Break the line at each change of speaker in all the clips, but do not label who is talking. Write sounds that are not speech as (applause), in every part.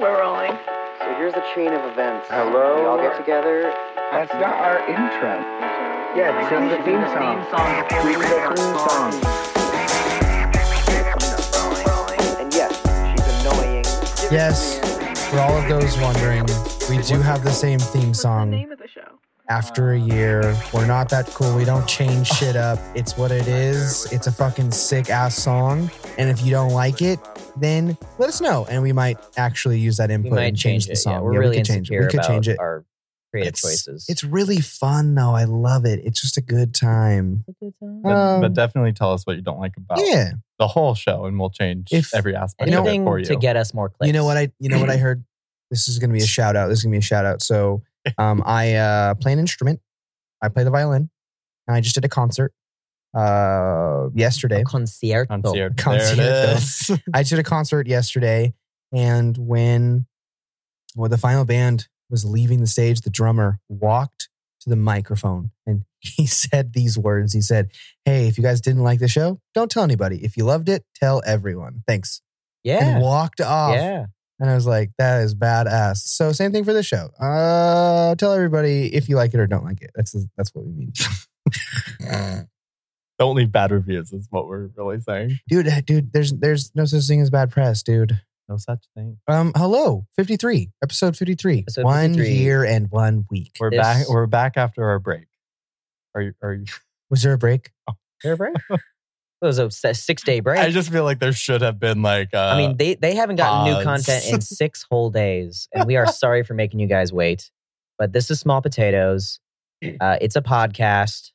We're rolling.
So here's the chain of events.
Hello?
We all get together.
That's not our intro. Yeah, this is the theme song. This is the theme song.
And yes, she's annoying.
Yes, for all of those wondering, we do have the same theme
What's the
song
name of the show?
after a year. We're not that cool. We don't change shit up. It's what it is. It's a fucking sick ass song. And if you don't like it, then let us know. And we might actually use that
we
input
might
and change, the song.
Yeah, we're
Yeah, we
really
could change it.
insecure
We could
about
change it.
our creative
It's-
choices.
It's really fun though. I love it. It's just a good time.
But,
Um,
but definitely tell us what you don't like about
Yeah.
the whole show, and we'll change
If
every aspect of it
anything
for you.
to get us more clicks.
You know what I? You know what I heard? This is gonna be a shout out. This is gonna be a shout out. So, um, I uh, play an instrument. I play the violin, and I just did a concert uh, yesterday.
A concierto.
(laughs)
Concierge. There
Concierto.
it is.
I did a concert yesterday, and when well, the final band was leaving the stage, the drummer walked to the microphone and (laughs) he said these words. He said, "Hey, if you guys didn't like the show, don't tell anybody. If you loved it, tell everyone. Thanks."
Yeah.
And walked off.
Yeah.
And I was like, that is badass. So same thing for this show. Uh, tell everybody if you like it or don't like it. That's that's what we
(laughs)
mean.
Don't leave bad reviews, is what we're really saying.
dude, dude, there's there's no such thing as bad press, dude.
No such thing.
Um, hello, 53, episode 53.
Episode
one
53.
year and one week.
We're
This-
back. We're back after our break. Are you? Are you?
Was there a break?
There
(laughs)
a break? it was a six day break.
I
I,
just feel like there should have been like. Uh,
mean, they, they haven't gotten
pause.
new content
(laughs)
in six whole days, and we are sorry for making you guys wait. But this is Small
(clears throat)
Potatoes. Uh, it's a podcast.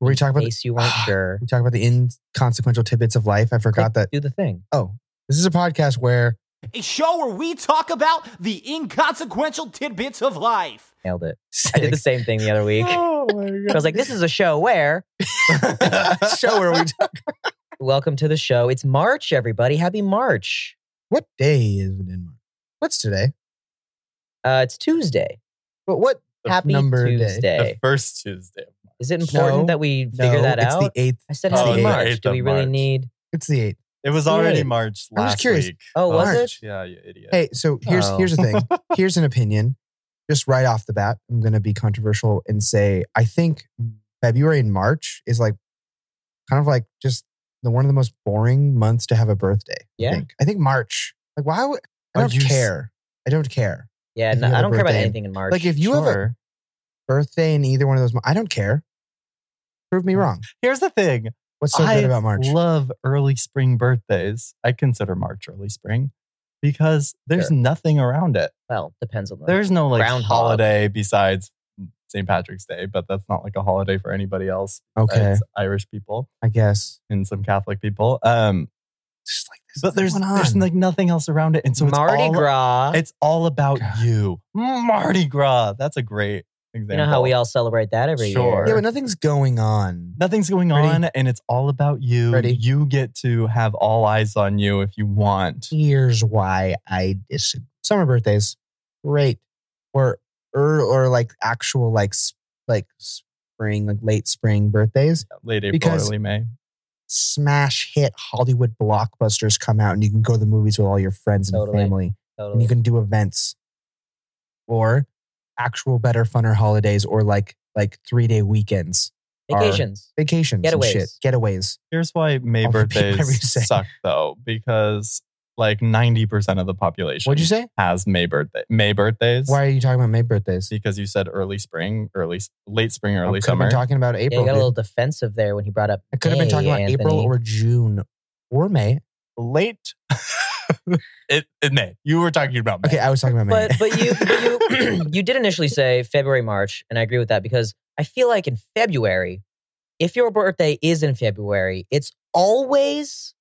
Were we talking
In
about
case you weren't sure,
we talk about the inconsequential tidbits of life? I forgot that.
do the thing.
Oh, this is a podcast
(laughs)
where
A show where we talk about the inconsequential tidbits of life.
Nailed it. I did the same thing the other week. I
Oh my
(laughs)
god!
was like, this is a show where
show where we
welcome to the show. It's March, everybody. Happy March.
what day is it in March? What's today?
Uh, it's Tuesday.
But what
(laughs) The
Happy
number of day?
Tuesday.
the first Tuesday. of March.
Is it important
No,
that we figure
No,
that
it's
out?
the eighth.
I said
it's
happy
the
March.
eighth
Do
of
we really
March.
need?
It's the eighth.
It was
Good.
already March
I'm
last
just curious.
week.
Oh, was
March.
it?
Yeah, you idiot.
Hey, so here's
Oh.
here's the thing.
(laughs)
here's an opinion. Just right off the bat, I'm going to be controversial and say I think February and March is like kind of like just the one of the most boring months to have a birthday. I
Yeah.
think, I think March. Like why would I
Are
don't
you s-
care. I don't care.
Yeah,
If
no,
you have
I
a
don't care about
birthday.
anything in March.
Like if you have a
Sure.
birthday in either one of those, mo- I don't care. Prove me wrong.
Here's the thing.
What's so
Mm. I
good about March?
love early spring birthdays. I consider March early spring because there's
Sure.
nothing around it.
well, depends on the
There's no like
Groundhog.
holiday besides St. Patrick's Day, but that's not like a holiday for anybody else.
okay,
It's Irish people
I guess.
and some Catholic people. Um,
Just like this,
but there's there's like nothing else around it, and so it's
Mardi
all,
Gras.
It's all about
God.
you, Mardi Gras. That's a great
you
example.
know how we all celebrate that every
Sure.
yeah,
year.
but nothing's going on.
Nothing's going
Ready?
on, and it's all about you.
Ready?
You get to have all eyes on you if you want.
here's why I disagree. Summer birthdays, great, or or or like actual like s- like spring, like late spring birthdays.
Late April,
Because-
early May.
Smash hit Hollywood blockbusters come out, and you can go to the movies with all your friends and
Totally.
family, and
Totally.
you can do events, or actual better funner holidays, or like like three day weekends, are-
Vacations.
vacations, and
Getaways.
shit, getaways.
Here's why May
I'll repeat whatever you say.
birthdays suck though, because like 90% of the population
What'd you say?
has May birthday May birthdays.
Why are you talking about May birthdays?
Because you said early spring, early late spring,
I
early
could've
summer.
been talking about
Yeah,
April.
you got a
dude.
little defensive there when he brought up.
I could have been
May,
talking about April
Anthony.
or June or May.
late it, it May. You were talking about May.
Okay, I was talking about May.
But but you but
(laughs)
you (clears throat) you did initially say February March, and I agree with that because I feel like in February, if your birthday is in February, it's always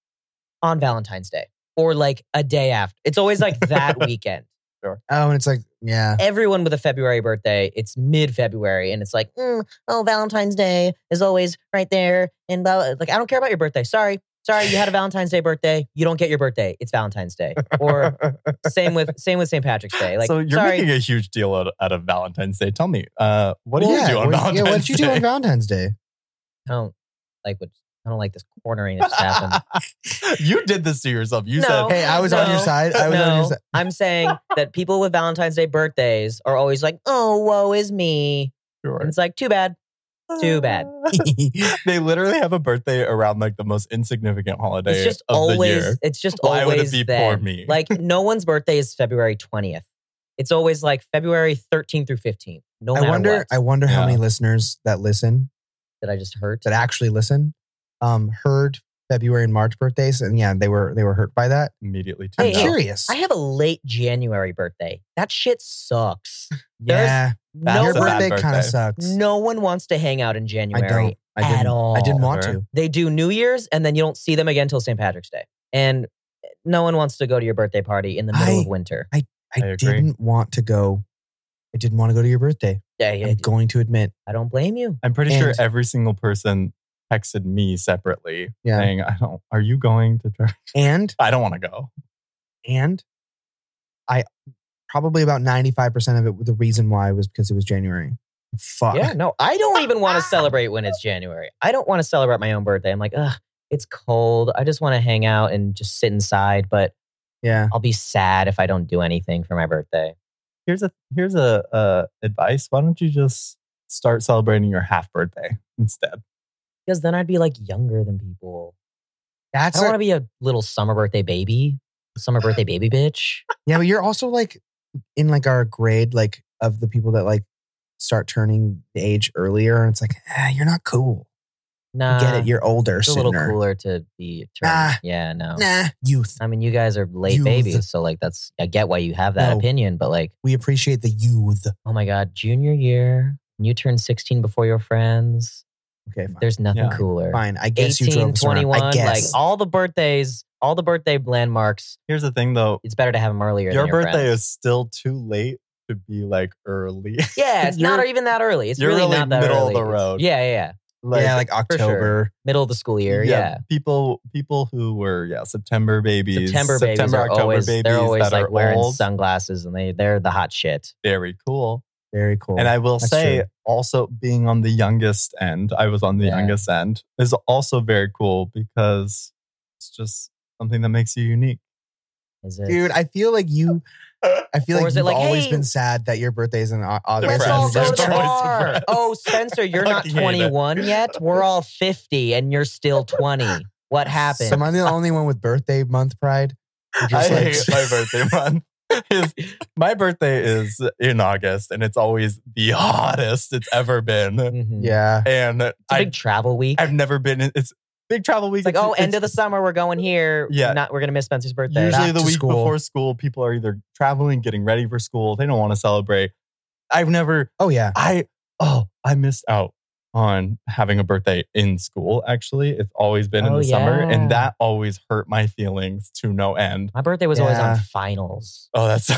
on Valentine's Day or like a day after. It's always like
(laughs)
that weekend.
oh, and it's like, yeah,
Everyone with a February birthday, it's mid February, and it's like, mm, oh, Valentine's Day is always right there, and blah, blah. like I don't care about your birthday. Sorry. Sorry, you had a Valentine's Day birthday. You don't get your birthday. It's Valentine's Day. Or same with same with St. Patrick's Day. Like,
so you're
sorry,
making a huge deal out, out of Valentine's Day. Tell me, uh, what do
Well,
you
yeah,
do on
what-
Valentine's
Yeah, what you do
Day?
on Valentine's Day?
don't like what I don't like this cornering that just happened.
(laughs) you did this to yourself. You
No.
said,
Hey, I was on your
Oh, No.
side. (laughs) I was
no,
on your side.
I'm saying that people with Valentine's Day birthdays are always like, "Oh, woe is me." And
sure.
it's like,
(laughs)
too bad. (laughs) Too bad.
(laughs) they literally have a birthday around like the most insignificant holiday
It's just
of the
always.
year.
It's just
Why would it
always
be
then.
for me? (laughs)
Like no one's birthday is February 20th. It's always like February 13th through 15th. No
I
matter
wonder.
what.
I wonder how
Yeah.
many listeners that listen
that I just hurt.
that actually listen um, heard February and March birthdays, and yeah, they were they were hurt by that.
Immediately
I'm
Hey,
tuned out.
hey,
curious.
I have a late January birthday. That
(laughs)
shit sucks. there's
yeah,
That's
No
your
a bad
one,
birthday kind of
birthday.
sucks.
no one wants to hang out in
I
January
don't. I
at
didn't.
all.
I didn't want
Sure.
to.
They do New Year's and then you don't see them again until St. Patrick's Day. And no one wants to go to your birthday party in the middle
I-
of winter.
I
I,
agree.
didn't want to go. I didn't want to go to your birthday.
Yeah, yeah,
I'm
dude,
going to admit.
I don't blame you.
I'm pretty sure
And-
every single person texted me separately
Yeah.
saying, I don't, are you going to, Ger-
And
(laughs) I don't want to go.
and I probably about 95% of it the reason why was because it was January. Fuck.
Yeah, no, I don't even
(laughs)
want to celebrate when it's January. I don't want to celebrate my own birthday. I'm like, ugh, it's cold. I just want to hang out and just sit inside, but
Yeah.
I'll be sad if I don't do anything for my birthday.
Here's a, here's a, uh, advice. Why don't you just start celebrating your half birthday instead?
Because then I'd be like younger than people. I
That's
don't want
a,
to be a little summer birthday baby, summer birthday baby bitch.
yeah, but you're also like in like our grade, like of the people that like start turning the age earlier. And it's like, ah, you're not cool.
Nah,
I get it. You're Ah, older.
Uh, it's a little
sooner.
cooler to be. Turned.
Nah.
Yeah, no.
Nah, youth.
I mean, you guys are late
Youth.
babies, so like that's I get why you have that
No.
opinion, but like,
We appreciate the youth.
oh my god, junior year, when you turn sixteen before your friends.
Okay, fine.
There's nothing
Yeah.
cooler.
Fine. I guess you drove
Eighteen,
us around.
twenty-one, 21,
I
like
guess.
all the birthdays, all the birthday landmarks.
Here's the thing though.
It's better to have them earlier.
Your
than your
birthday
friends.
is still too late to be like early.
(laughs)
(laughs)
yeah, it's not
you're-
even that early. It's
you're
really,
really
not that
middle of
early.
the
It's-
road.
Yeah, yeah, yeah,
yeah, like
for sure.
October.
middle of the school year. yeah.
people people who were yeah September babies,
September babies
September
are
October
always
babies
they're always
that
like
are
wearing
old,
sunglasses and they they're the hot shit.
very cool.
Very cool.
And I will
That's
say,
true.
also being on the youngest end, I was on the
Yeah.
youngest end is also very cool because it's just something that makes you unique.
Is it?
Dude, I feel like you. I feel
Or
like
is it
you've
like,
always
hey,
been sad that your birthday's in Au- August.
Let's
Friends.
all go to
They're
the
friends.
bar. Oh, Spencer, you're not
Fucking hate it.
21 yet. We're all 50 and you're still 20. What happened?
So am I the only one with birthday month pride? You're
I
Just like,
hate
(laughs)
my birthday month. (laughs) Is- my birthday is in August, and it's always the hottest it's ever been.
Mhm. It's
yeah.
And
a
I,
big travel week.
I've never been. In, it's big travel week.
it's like, oh, end of the summer, we're going here.
Yeah.
Not, we're going to miss Spencer's birthday.
Usually,
Back
the
to
week
school.
before school, people are either traveling, getting ready for school. They don't want to celebrate. I've never,
Oh yeah.
I, oh, I missed out on having a birthday in school, actually. It's always been in
Oh,
the summer,
yeah.
and that always hurt my feelings to no end.
My birthday was always on
Yeah.
finals
Oh, that's (laughs) uh,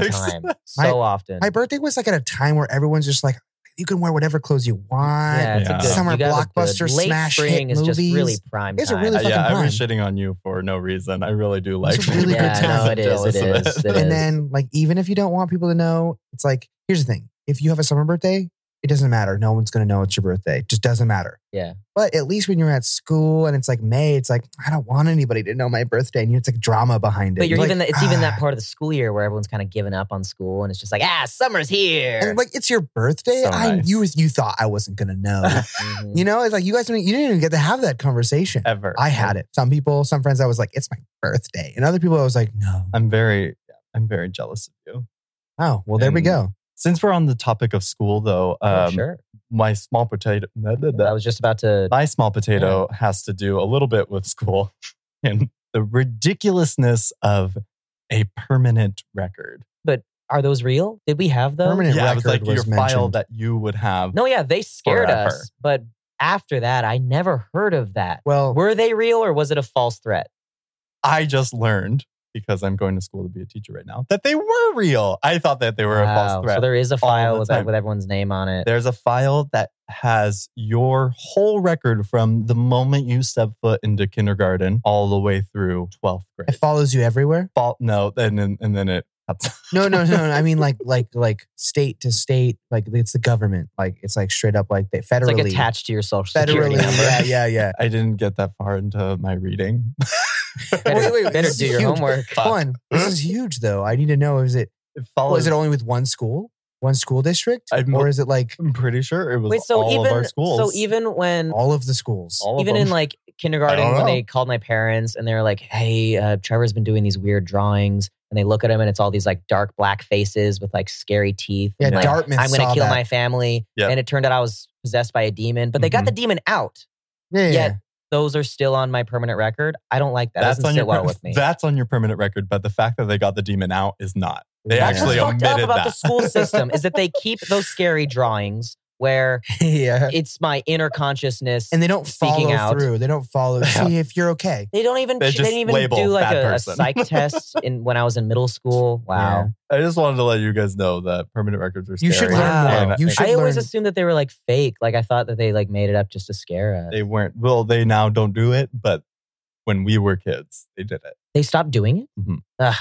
(laughs)
the time. so
My-
often.
My birthday was like at a time where everyone's just like, you can wear whatever clothes you want.
yeah, it's a
Yeah.
good,
Summer
you guys look good.
blockbuster
Late
smash hit
spring is just
movies.
really prime
It's a
time.
really
Uh,
fucking
yeah, I was
time.
shitting on you for no reason. I really do like
It's
(laughs)
a really good
yeah,
time.
no, it is. It
Jealous of
is.
it.
It
And
is.
then like even if you don't want people to know, it's like here's the thing: if you have a summer birthday, it doesn't matter. No one's gonna know it's your birthday. It just doesn't matter.
Yeah.
But at least when you're at school and it's like May, it's like I don't want anybody to know my birthday, and it's like drama behind it.
But you're
like,
even it's even
"Ah."
that part of the school year where everyone's kind of given up on school and it's just like ah summer's here.
And like it's your birthday.
So
I
nice.
you you thought I wasn't gonna
(laughs)
know.
Mhm.
you know, it's like you guys didn't, you didn't even get to have that conversation.
(laughs) Ever.
I had it. Some people, some friends, I was like, it's my birthday, and other people, I was like, no.
I'm very, I'm very jealous of you.
Oh, well, there we
And-
go.
Since we're on the topic of school, though,
Oh,
um,
sure.
my small potato, (laughs)
I was just about to.
my small potato has to do a little bit with school (laughs) and the ridiculousness of a permanent record.
Are those real? Did we have those?
Permanent.
yeah, it was like
record was
your file
mentioned.
that you would have.
No, yeah, they scared
Forever.
us. But after that, I never heard of that.
Well,
Were they real or was it a false threat?
I just learned because I'm going to school to be a teacher right now that they were real. I thought that they were a
Wow.
false threat.
So there is a
all
file
the
with, that-
time.
with everyone's name on it.
There's a file that has your whole record from the moment you step foot into kindergarten all the way through 12th grade.
it follows you everywhere.
fault note and then and then it (laughs) That's-
No, no, no, no. I mean, like, like, like, state to state. Like, it's the government. Like, it's like straight up, like, they
It's
federally,
like attached to your social security
federally.
number.
(laughs)
Yeah, yeah, yeah.
I didn't get that far into
(laughs)
my reading.
Better,
Wait, wait, wait,
better
this
do
is
your
huge.
homework.
Come on, this is huge, though. I need to know: is it
(laughs) It
was
follows.
it only with one school, one school district,
I'm-
or is it like
I'm pretty sure it was
Wait, so
all of our
even
schools.
so even when
all of the schools?
All of
even in
them.
like
I
kindergarten
don't
when
know.
they called my parents and they were like, "Hey, uh, Trevor's been doing these weird drawings," and they look at him and it's all these like dark black faces with like scary teeth.
yeah,
and, like,
Dartmouth.
I'm gonna
saw
kill
that.
my family,
Yep.
and it turned out I was possessed by a demon. But they got
Mhm.
the demon out.
Yeah, yeah,
Yet
yeah.
those are still on my permanent record. I don't like that. That's
that's
doesn't
on
sit
your
well
per-
with me.
that's on your permanent record, but the fact that they got the demon out is not. They
Yeah.
That's
(laughs)
actually
what's fucked up
omitted
about
that.
the school system is that
(laughs)
they keep those scary drawings where
yeah.
it's my inner consciousness
And they don't
Speaking
follow
out.
through. They don't
(laughs)
follow.
Yeah.
See if you're okay.
They don't even
They
they,
just
didn't even
label
do like
bad
a, a
person. (laughs)
psych test in when I was in middle school. Wow.
I just wanted to let you guys know that permanent records are scary.
You should learn
Wow.
more.
And
You should
I always
learn.
assumed that they were like fake. Like I thought that they like made it up just to scare us. They,
They weren't. Well, they now don't do it, but when we were kids, they did it.
stopped doing it.
Mhm.
Ugh.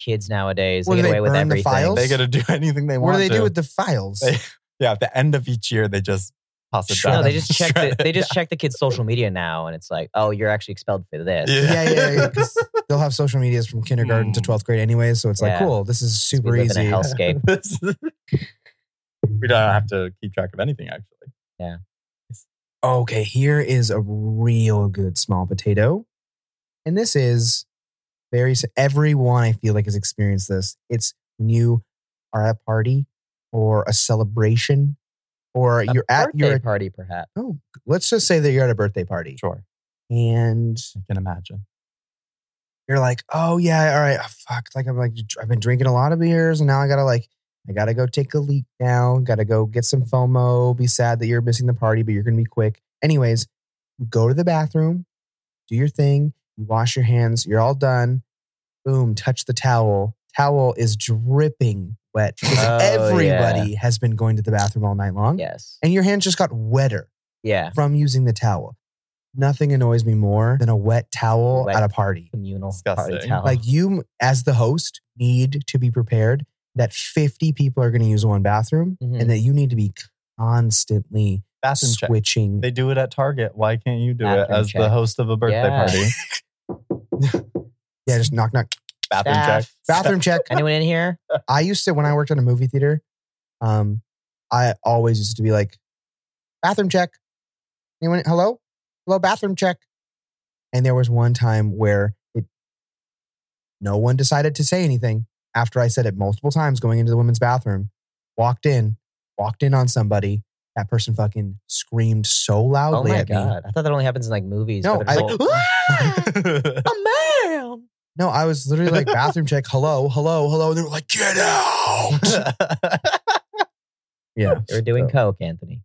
Kids nowadays
What, do
they get
they
away with
burn the
everything.
files?
They get to do (laughs) anything they
what
want.
do they
to.
do with the files?
They- yeah, at the end of each year, they just toss it
Shred
down.
no, they just
(laughs)
check.
Shred
The,
it.
they just check the kids' social media now, and it's like, oh, you're actually expelled for this.
Yeah.
yeah, yeah,
(laughs)
yeah. 'cause They'll have social medias from kindergarten to
Hmm.
12th grade anyway. So it's like,
Yeah.
cool, this is
We
super
live in
easy.
a
(laughs)
hellscape.
This is- (laughs) we don't have to keep track of anything, actually.
Okay, here is a real good small potato. And this is very, s- everyone I feel like has experienced this. It's when you are at a party or a celebration or (laughs)
A
you're at
birthday
your,
party, perhaps.
let's just say that you're at a birthday party
Sure,
and
I can imagine.
you're like, oh yeah, all right, oh, fuck. Like I'm like, I've been drinking a lot of beers, and now I gotta like, I gotta go take a leak now. Gotta go get some FOMO. Be sad that you're missing the party, but you're gonna be quick. Anyways, you go to the bathroom, do your thing. You wash your hands. You're all done. Boom, touch the towel. Towel is dripping wet because
Oh,
everybody has been going to the bathroom all night long,
Yes.
and your hands just got wetter
Yeah.
from using the towel. Nothing annoys me more than a wet towel
Wet.
at a party
Communal party
Disgusting.
towel.
like you as the host need to be prepared that 50 people are going to use one bathroom
Mhm.
and that you need to be constantly
Mm-hmm. Bathroom check.
switching
They do it at Target. Why can't you do it
Bathroom
as the
check.
host of a birthday
Yeah. (laughs)
party?
yeah just knock knock
Bathroom check.
Staff.
bathroom check
(laughs) Anyone in here?
i used to when i worked at a movie theater um i always used to be like bathroom check anyone hello hello bathroom check and there was one time where it no one decided to say anything after i said it multiple times going into the women's bathroom walked in walked in on somebody that person fucking screamed so
Oh
loudly
my
at me
god! I thought that only happens in like movies.
No,
but it's
I-
like, (laughs) "Ah,
(laughs)
a man.
(laughs) no i was literally
(laughs)
like bathroom check hello hello hello and they were like get out yeah
They were doing
So,
coke, Anthony.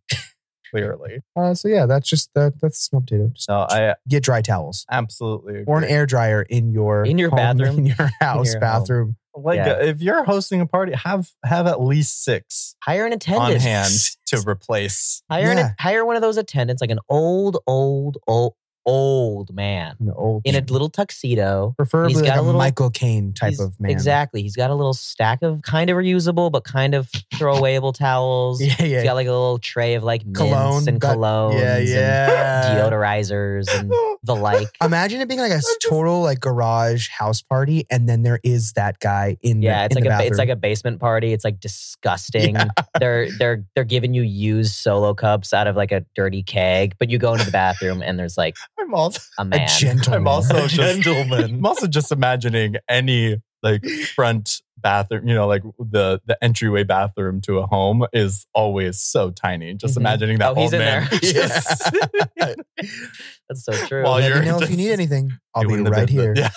Clearly.
uh, so yeah that's just that that's a small potato just
No, I
get dry towels
absolutely agree.
or an air dryer in your
In your
home, (laughs)
bathroom.
in your house
your home.
bathroom.
Like
Yeah.
uh, if you're hosting a party, have have at least six
Hire an
on
attendant.
hand to replace.
(laughs)
(laughs)
Hire
Yeah.
an, hire one of those attendants, like an old, old, old, old man
An old,
in a little tuxedo.
preferably
he's
like
got
a
a little-
Michael Caine type
He's-
of man.
Exactly. He's got a little stack of kind of reusable but kind of throwawable towels.
(laughs) Yeah, yeah,
He's got like a little tray of like mints
Cologne,
and
got-
colognes
yeah,
and
yeah.
deodorizers and
(laughs)
the like.
Imagine it being like a total like garage house party, and then there is that guy in
Yeah,
the, in
it's like
the
a ba-
bathroom.
it's like a basement party. It's like disgusting.
(laughs)
Yeah.
They're they're they're giving you used solo cups out of like a dirty keg, but you go into the bathroom and there's like
I'm also
a man. (laughs)
gentleman. (laughs)
I'm also just
Gentlemen.
I'm also just imagining any like front bathroom, you know, like the the entryway bathroom to a home is always so tiny. Just
Mhm.
Mm-hmm.
imagining that
Oh, he's
old
in
man (laughs)
there. (laughs)
just
That's so true.
While
Let
you're
me know if you
just
need
(laughs)
anything. (laughs) I'll be
doing the
right
business.
here.
Yeah.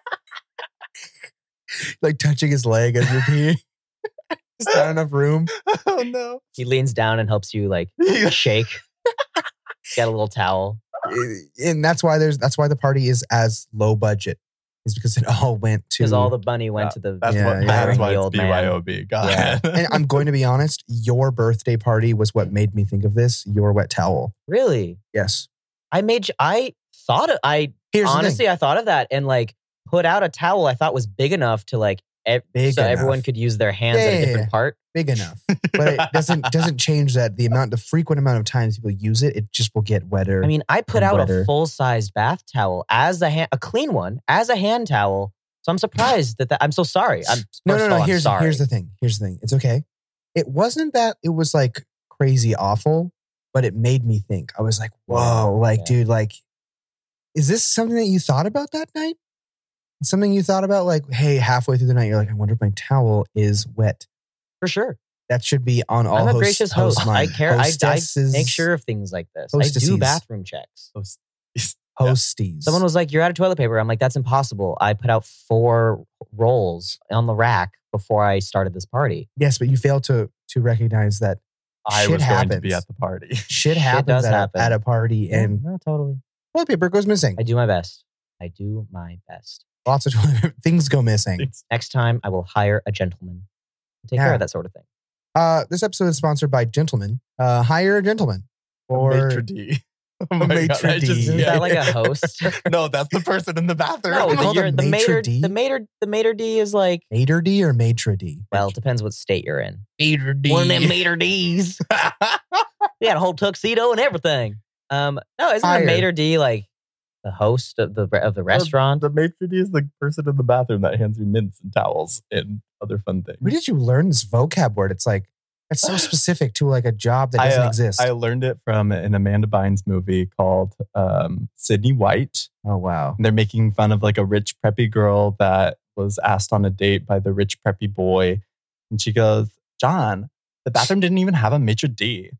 (laughs)
(laughs)
Like touching his leg as you're peeing. (laughs) Just not enough room.
Oh no.
(laughs)
he leans down and helps you like shake. Get a little towel.
eh, And that's why there's that's why the party is as low budget. Is because it all went
Because
to
all the money went
Yeah,
to the
That's
Yeah,
what
yeah.
that's
hiring
why
the
it's
old man.
BYOB. God.
(laughs) and uh, I'm going to be honest, your birthday party was what made me think of this. Your wet towel.
Really?
Yes.
I made j- I thought of, I
Here's the thing.
honestly I thought of that and like put out a towel I thought was big enough to like ev-
Big
so
enough.
everyone could use their hands at
Yeah,
a
yeah,
different
yeah.
part.
big enough, but it doesn't doesn't change that the amount, the frequent amount of times people use it, it just will get wetter.
I mean, I
And
put out
weather.
a full-sized bath towel as a hand, a clean one as a hand towel. So I'm surprised that, that I'm so sorry. I'm first
(laughs) no, no,
of
no.
all, I'm
here's
sorry.
here's the thing. Here's the thing. It's okay. It wasn't that it was like crazy awful, but it made me think. I was like, whoa, like,
Yeah.
dude, like, is this something that you thought about that night? Something you thought about, like, hey, halfway through the night, you're like, I wonder if my towel is wet.
for sure.
That should be on all
I'm a
hosts-
gracious host.
hosts'
I
mind.
care. I, I
Hostesses-
make sure of things like this. I
hostesses.
do bathroom checs.
hosties.
Someone was like, "You're out of toilet paper." I'm like, "That's impossible." I put out four rolls on the rack before I started this party.
yes, but you failed to to recognize that
(laughs) I
Shit
was going to
happens.
be at the party.
shit
Shit
happens
does
at, a-
happen.
at a party, and
no, totally.
toilet paper goes missing.
I do my best. I do my best.
Lots of (laughs) toilet paper, things go missing.
Next time, I will hire a gentleman to take
Yeah.
care of that sort of thing.
Uh, this episode is sponsored by Gentlemen. Uh, hire a gentleman or
Maitre D. (laughs) Oh my
maitre
God, I just-
d'.
Isn't
Yeah.
that
(laughs)
like a host?
(laughs) no, that's the person in the bathroom.
no,
called
you're-
a
the
maitre
mater,
d'?
the mater, the mater D is like.
Mater D or Maitre D.
Well, it depends what state you're in.
Maitre D.
One
(laughs)
of them mater D's. We had a whole tuxedo and everything. Um, no, isn't
Hire.
a mater D like the host of the of the restaurant?
the maitre d is the person in the bathroom that hands you mints and towels and other fun things.
Where did you learn this vocab word? It's like it's
(sighs)
so specific to like a job that
I,
doesn't
uh,
exist.
I learned it from an Amanda Bynes movie called um, Sydney White.
oh wow.
And they're making fun of like a rich preppy girl that was asked on a date by the rich preppy boy. And she goes, John, the bathroom didn't even have a maitre d.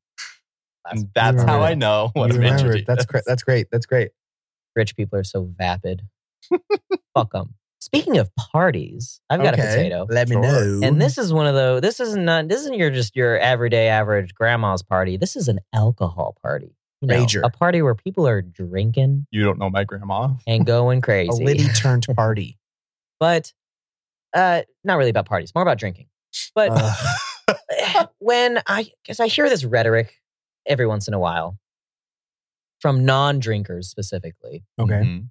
And that's how
remember
I
that.
know what
You
a maitre
remember
d
it. that's
is.
great. That's great. That's great.
Rich people are so
(laughs)
vapid. Fuck them. Speaking of parties, I've got a potato.
Let me
Sure.
know.
And this is one of the. This isn't not. This isn't your just your everyday average grandma's party. This is an alcohol party. You know,
Rager.
a party where people are drinking
You don't know my grandma.
and going
a
crazy. (laughs)
liddy turned party.
but uh, not really about parties. More about drinking. But
(laughs)
Ugh.
(sighs) when I because I hear this rhetoric every once in a while from non-drinkers specifically.
okay.
Mhm.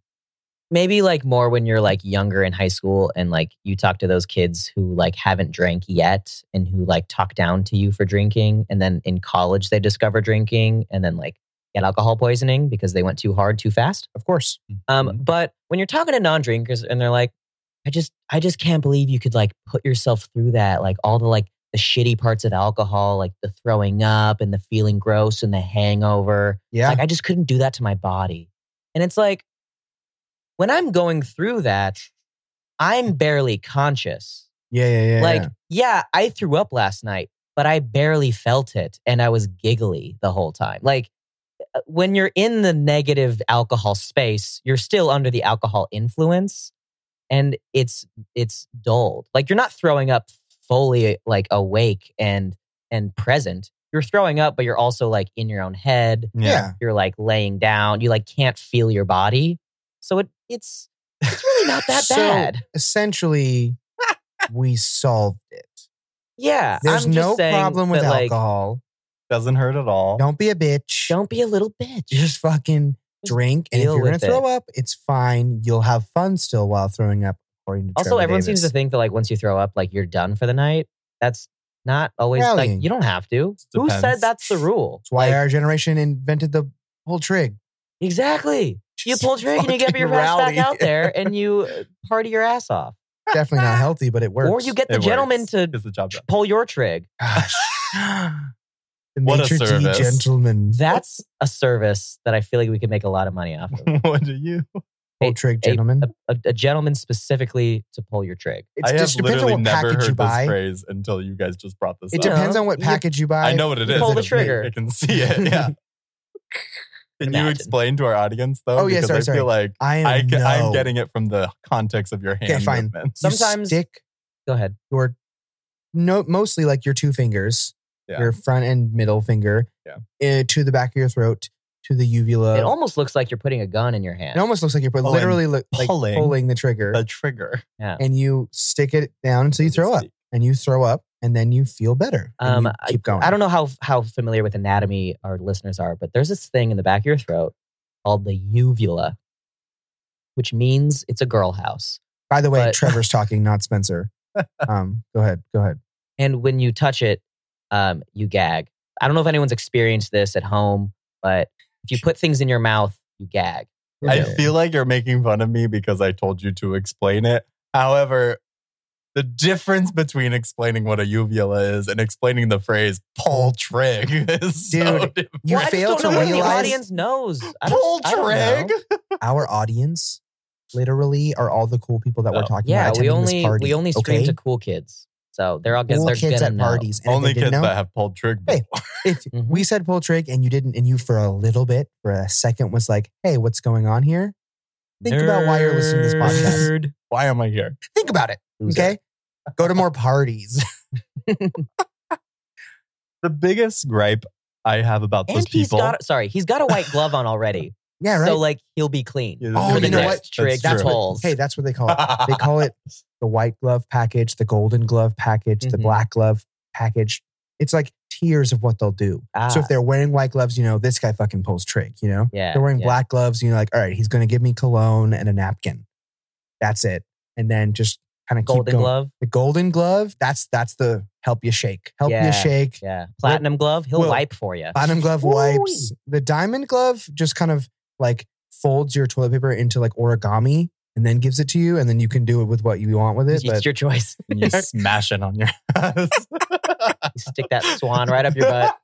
Maybe like more when you're like younger in high school and like you talk to those kids who like haven't drank yet and who like talk down to you for drinking and then in college they discover drinking and then like get alcohol poisoning because they went too hard too fast.
Of course. Mm-hmm.
Um,
Mhm.
But when you're talking to non-drinkers and they're like, I just, I just can't believe you could like put yourself through that, like all the like the shitty parts of alcohol, like the throwing up and the feeling gross and the hangover.
Yeah.
Like I just couldn't do that to my body. And it's like, when I'm going through that, I'm barely conscious.
yeah. Yeah. Yeah.
Like,
yeah.
yeah, I threw up last night, but I barely felt it and I was giggly the whole time. Like, uh, when you're in the negative alcohol space, you're still under the alcohol influence and it's it's dulled. Like you're not throwing up fully like awake and and present. You're throwing up but you're also like in your own head.
yeah.
You're like laying down. You like can't feel your body. So it it's it's really
(laughs)
not that
So-
bad. (laughs)
Essentially, we solved it.
Yeah,
There's
I'm just
no
saying
problem with
that, like,
alcohol.
Doesn't hurt at all.
Don't be a bitch.
Don't be a little bitch.
just fucking
Just
drink. And if
deal
you're gonna
with
throw up, it's fine. You'll have fun still while throwing up. According to
also,
Trevor
everyone seems to
Davis.
think that like once you throw up, like you're done for the night. That's not always
Rallying.
like you don't have to. Who
Depends.
said that's the rule?
That's why
Like,
our generation invented the whole trig.
exactly. You
Just
pull drink and you get
fucking
your ass back
rally.
out there and you uh, party your ass off,
Definitely not healthy, but it works.
or you get the
It
gentleman
works.
to
Gets the job done.
pull your trig.
Gosh. The
What a
maitre d'
service.
gentleman.
That's a service that I feel like we could make a lot of money off of.
(laughs) what do you?
Whole
a-
trig
a-
gentleman.
A, a gentleman specifically to pull your trig.
It's
I have
just depends on
literally
what
never
package
heard
you
this
buy.
phrase until you guys just brought this
It
up.
depends.
depends on what
You-
package you buy.
I know what it is.
Pull the
It's-
trigger.
I can see it. (laughs) Yeah. Can you
Imagine.
explain to our audience though?
Oh, yeah,
Because
sorry,
I
sorry.
feel like
I am.
I ca- I'm
no.
getting it from the context of your hand
Okay, fine.
movements.
(laughs) You
Sometimes-
stick
Go ahead.
your no, mostly like your two fingers,
Yeah.
your front and middle finger,
Yeah.
eh, to the back of your throat, to the uvula.
it almost looks like you're putting a gun in your hand.
It almost looks like you're
Oh,
literally look, like
pulling.
pulling. the trigger,
The trigger.
and you stick it down until you throw up, and you throw up, and then you feel better. and
Um,
you keep going.
I don't know how how familiar with anatomy our listeners are, but there's this thing in the back of your throat called the uvula, which means it's a girl house.
By the way,
but- (laughs)
Trevor's talking, not Spencer. um, go ahead. Go ahead.
and when you touch it, um, you gag. I don't know if anyone's experienced this at home, but if you put things in your mouth, you gag.
I
Okay.
feel like you're making fun of me because I told you to explain it. However, the difference between explaining what a uvula is and explaining the phrase pull trig (laughs) is so
Dude,
different.
You
Well, I just
fail
don't
to
know if the
realize
audience knows. I don't-
Pull
I don't know.
trig?
our audience literally are all the cool people that we're
No.
talking
Yeah,
about.
we
attending this
only
party,
we only stream
okay?
to cool kids, so they're all
cool
they're
kids
gonna
at
know.
parties. And if
Only
they didn't
kids
know,
that have pulled trig.
Hey.
before.
if
Mhm.
we said pull trig and you didn't, and you for a little bit, for a second, was like, "Hey, what's going on here?" Think about why you're listening to this podcast.
Nerd.
Why am I here?
Think about it.
Loser.
Okay, go to more parties. (laughs)
The biggest gripe I have about
And
those
he's
(laughs)
people.
got sorry, he's got a white glove on already.
yeah, right.
So like he'll be clean.
Yeah,
Oh,
for the
you know
next
what?
Trig
That's
that's
true.
holes.
hey, that's what they call it. They call it the white glove package, the golden glove package, the
Mhm.
black glove package. It's like tiers of what they'll do. So
Ah.
if they're wearing white gloves, you know this guy fucking pulls trig. You know.
yeah,
they're wearing
yeah.
black gloves. You know, like, all right, he's going to give me cologne and a napkin. That's it. And then just kind of keep
golden
going.
glove.
The golden glove. That's that's the help you shake. Help
Yeah.
you shake.
Yeah, platinum glove. He'll
Well-
wipe for you.
Bottom glove
Woo-wee.
wipes. The diamond glove just kind of like folds your toilet paper into like origami and then gives it to you, and then you can do it with what you want with it.
It's
But
your choice. (laughs)
and you smash it on your (laughs) ass.
You stick that swan right up your
(laughs)
butt.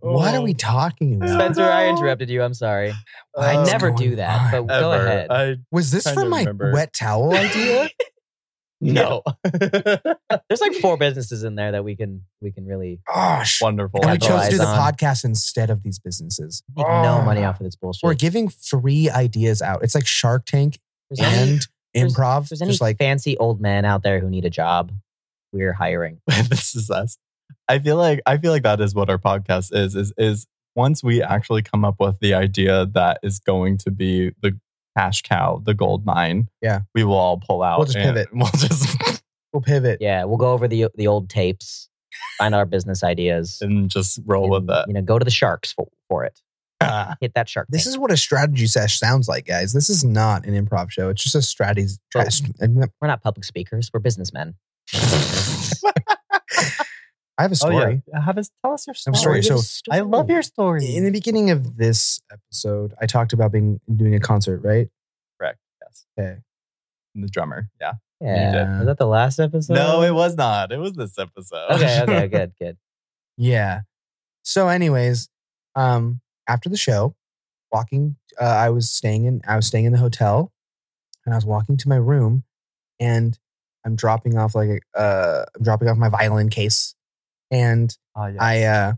what
Oh.
are we talking about?
Spencer, I interrupted you. I'm sorry.
I
I
What's
never
going
do that.
on?
But go
Oh, Ever.
ahead.
I
Was this
Trying
from
to
my
remember.
wet towel idea?
(laughs)
no.
There's like four businesses in there that we can we can really
Oh, sh-
(laughs) Wonderful.
and we chose to do the
Capitalize on.
podcast instead of these businesses.
make no money
Ah.
off of this bullshit.
We're giving free ideas out. It's like Shark Tank
If there's any,
and improv.
if there's any
just like
fancy old men out there who need a job, we're
(laughs)
hiring.
this is us. I feel like I feel like that is what our podcast is. Is is once we actually come up with the idea that is going to be the cash cow, the gold mine.
Yeah.
we will all pull out.
We'll just
and
pivot.
We'll just (laughs)
we'll pivot.
Yeah, we'll go over the the old tapes, find our business ideas,
and just roll
and,
with it. (laughs) Ah.
You know, go to the sharks for, for it. Hit that shark.
This
tank.
is what a strategy sesh sounds like, guys. This is not an improv show. It's just a strategy.
Oh.
stra-
we're not public speakers. We're businessmen.
I have a story.
Oh, Have us tell us your
I have a story. So
I love your story.
in the beginning of this episode, I talked about being doing a concert, right?
Correct. Yes.
Okay.
The drummer. Yeah.
Yeah.
did.
Was that the last episode?
no, it was not. It was this episode.
Okay.
(laughs)
(laughs)
Okay. Good. Good.
Yeah. So, anyways, um, after the show, walking, uh, I was staying in, I was staying in the hotel, and I was walking to my room, and I'm dropping off like, a- uh, I'm dropping off my violin case, and
Ah, yes.
I, uh,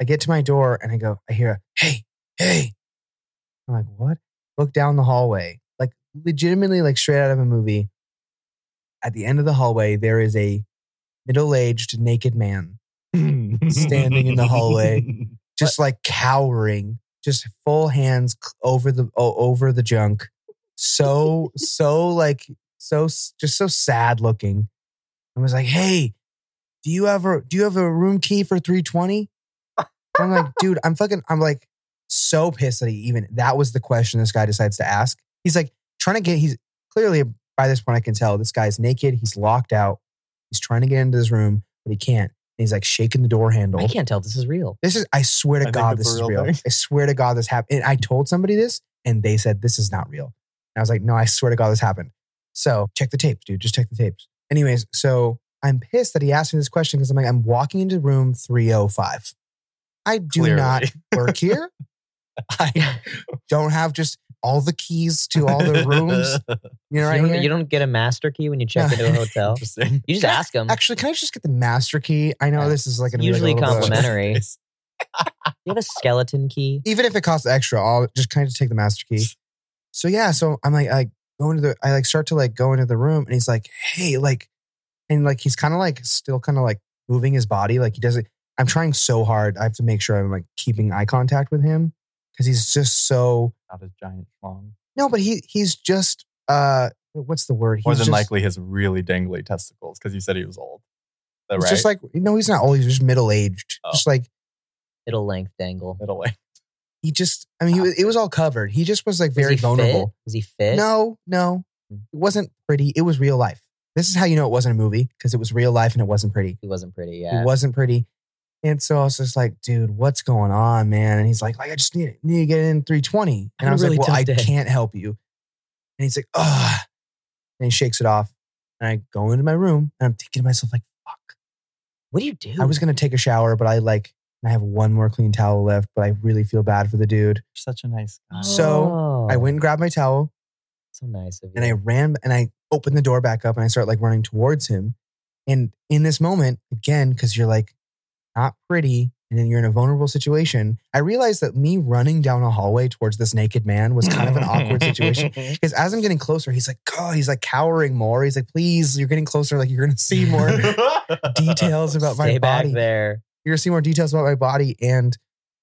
I get to my door and I go, I hear a, hey, hey. I'm like, what? Look down the hallway, like legitimately, like straight out of a movie. At the end of the hallway, there is a middle-aged naked man standing in the
(laughs)
hallway. just like cowering, just full hands c- over the o- over the junk. So so like so s- just so sad looking. I was like, "Hey, do you have a do you have a room key for 320?" I'm like, "Dude, I'm fucking I'm like so pissed that he even that was the question this guy decides to ask. He's like trying to get he's clearly by this point I can tell this guy's naked, he's locked out. He's trying to get into his room, but he can't. And he's like shaking the door handle.
I can't tell if this is real.
This is, I swear to
I think
God,
it's
this
a
is
real
real.
thing.
I swear to God, this happened. And I told somebody this and they said, this is not real. And I was like, no, I swear to God, this happened. So check the tapes, dude. Just check the tapes. Anyways, so I'm pissed that he asked me this question because I'm like, I'm walking into room 305. I do
Clearly. (laughs)
not work here. I don't have just all the keys to all the
(laughs)
rooms. You know, right
you, don't,
here.
you don't get a master key when you check
No.
into
(laughs)
a hotel.
Interesting.
You just ask them.
Actually, can I just get the master key? I know
Yeah.
this is like gonna be, like, a
Usually
little bit-
complimentary.
Yes.
you have a skeleton key.
even if it costs extra, I'll just kind of take the master key. So yeah, so I'm like, I go into the, I like start to like go into the room, and he's like, hey, like, and like he's kind of like still kind of like moving his body, like he doesn't. I'm trying so hard. I have to make sure I'm like keeping eye contact with him because he's just so
Not a giant schlong.
no, but he he's just uh, what's the word? He's
More than
just,
likely his really dangly testicles because you said he was old. Is that
It's
right?
just like no, he's not old. He's just middle aged.
Oh.
Just like
Middle length dangle.
middle way.
he just. I mean, he was, it was all covered. He just was like
Was
very
he
vulnerable.
Fit? Was he fit?
No, no, It wasn't pretty. It was real life. This is how you know it wasn't a movie because it was real life and it wasn't pretty.
He wasn't pretty. Yeah.
It wasn't pretty. And so I was just like, dude, what's going on, man? And he's like, like I just need, need to get in 320.
Had
And
a
I was
really
like, well,
tough
I
day.
can't help you. And he's like, ugh. And he shakes it off. And I go into my room and I'm thinking to myself, like, fuck.
what do you do?
I was going to take a shower, but I like, I have one more clean towel left, but I really feel bad for the dude.
such a nice
(laughs)
guy.
so, I
Oh,
went and grabbed my towel
So nice of you.
and I ran and I opened the door back up and I start like running towards him. And in this moment, again, because you're like not pretty and then you're in a vulnerable situation, I realized that me running down a hallway towards this naked man was kind of an awkward
(laughs)
situation. Because as I'm getting closer, he's like, oh, he's like cowering more. He's like, please, you're getting closer. Like you're gonna see more
(laughs)
(laughs)
details about
Stay
my
back
body.
there.
You're gonna see more details about my body. And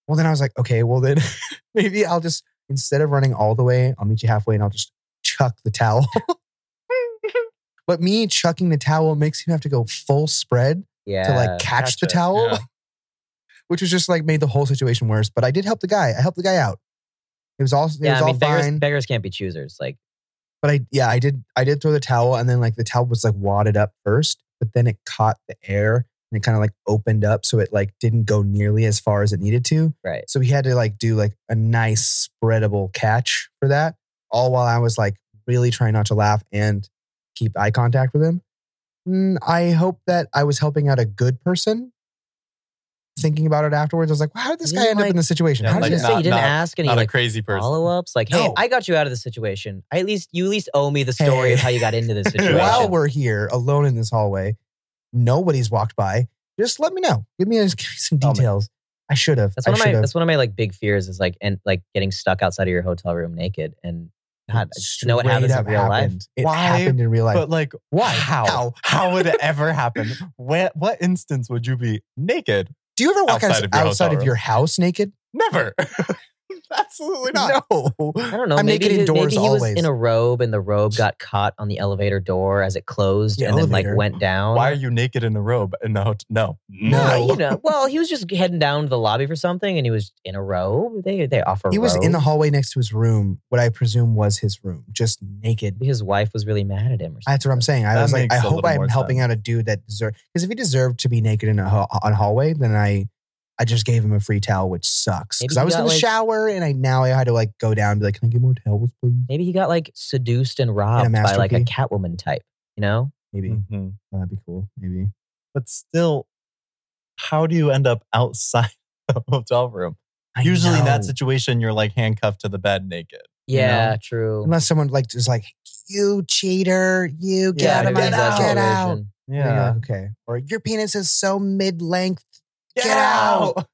well, then I was like, okay, well then (laughs) maybe I'll just instead of running all the way, I'll meet you halfway and I'll just chuck the towel. (laughs) But me chucking the towel makes him have to go full spread
Yeah.
to like catch,
catch
the
it,
towel,
yeah.
(laughs) which was just like made the whole situation worse. But I did help the guy. I helped the guy out. It was all it
yeah,
was
I mean,
all
beggars,
fine.
beggars can't be choosers. Like,
but I yeah, I did I did throw the towel and then like the towel was like wadded up first, but then it caught the air and it kind of like opened up so it like didn't go nearly as far as it needed to.
right.
So he had to like do like a nice spreadable catch for that, all while I was like really trying not to laugh and keep eye contact with him. Mm, I hope that I was helping out a good person. Thinking about it afterwards, I was like, well, how did this
You
guy
mean,
end up
like-
in this situation?
Yeah,
How
I
did
was
like
gonna
you-
say you didn't
not-
ask any
Not a
like
crazy person.
follow ups. Like, hey,
No.
I got you out of the situation. I at least you at least owe me the story
Hey. (laughs)
of how you got into this situation.
while we're here alone in this hallway, nobody's walked by. Just let me know. Give me, (laughs) give me some
Tell me.
details. I should have.
that's
I
one of my
should have.
that's one of my like big fears is like and like getting stuck outside of your hotel room naked and God, I just know what
Straight
happens in
up
real life.
happened. It
Why?
happened in real life.
But like,
Why?
How?
How?
(laughs) How would it ever happen? Where, what instance would you be naked?
Do you ever walk
Outside
outside,
of your
outside
hotel
of
room.
your house
(laughs)
naked?
Never. Absolutely not.
No.
I don't know.
I'm
maybe
naked
he,
indoors
maybe he was
always.
in a robe and the robe got caught on the elevator door as it closed
The
and then like
elevator?
went down.
Why are you naked in a robe? In the hotel? No.
no,
No.
you know. Well, he was just heading down to the lobby for something, and he was in a robe. They they offer.
He was in the
robes.
hallway next to his room, what I presume was his room, just naked.
His wife was really mad at him. Or something.
That's what I'm saying. I
That
was like,
makes
I
a
hope
little
I'm
more
helping out
sense.
a dude that deserved because if he deserved to be naked in a, ho- on a hallway, then I, I just gave him a free towel, which sucks.
Maybe
Because I
he
was
got,
in the
like-
shower and I now I had to like go down and be like, can I get more towels, please?
Maybe he got like seduced and robbed by
master
like a
key.
Catwoman type. You know,
Maybe
Mhm.
that'd be cool. Maybe
But still, how do you end up outside (laughs) the hotel room?
I
Usually, in that
know.
situation, you're like handcuffed to the bed naked.
yeah, true.
unless someone like is like, you cheater, you get
Yeah,
out of
maybe
my
that's
get
the
out.
illusion.
And you're like, okay, or your penis is so mid length.
Get,
Get
out! (laughs)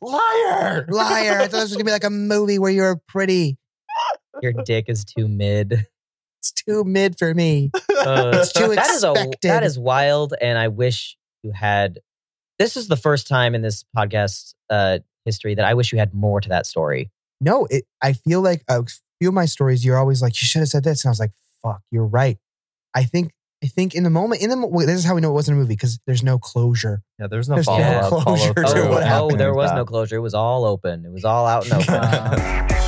Liar!
Liar! I thought this was gonna be like a movie where you were pretty.
Your dick is too mid.
It's too mid for
(laughs)
me.
Uh,
(laughs) It's too
that is a
expected.
that is wild, and I wish you had. This is the first time in this podcast uh, history that I wish you had more to that story.
No, it, I feel like a few of my stories. You're always like, you should have said this, and I was like, fuck, you're right. I think, I think in the moment, in the mo- wait, this is how we know it wasn't a movie because there's no closure.
Yeah, there's no
There's no
(laughs) follow up.
closure to
Oh,
what
oh,
happened (laughs)
(laughs)
there was no closure. It was all out and open. It was all out and open.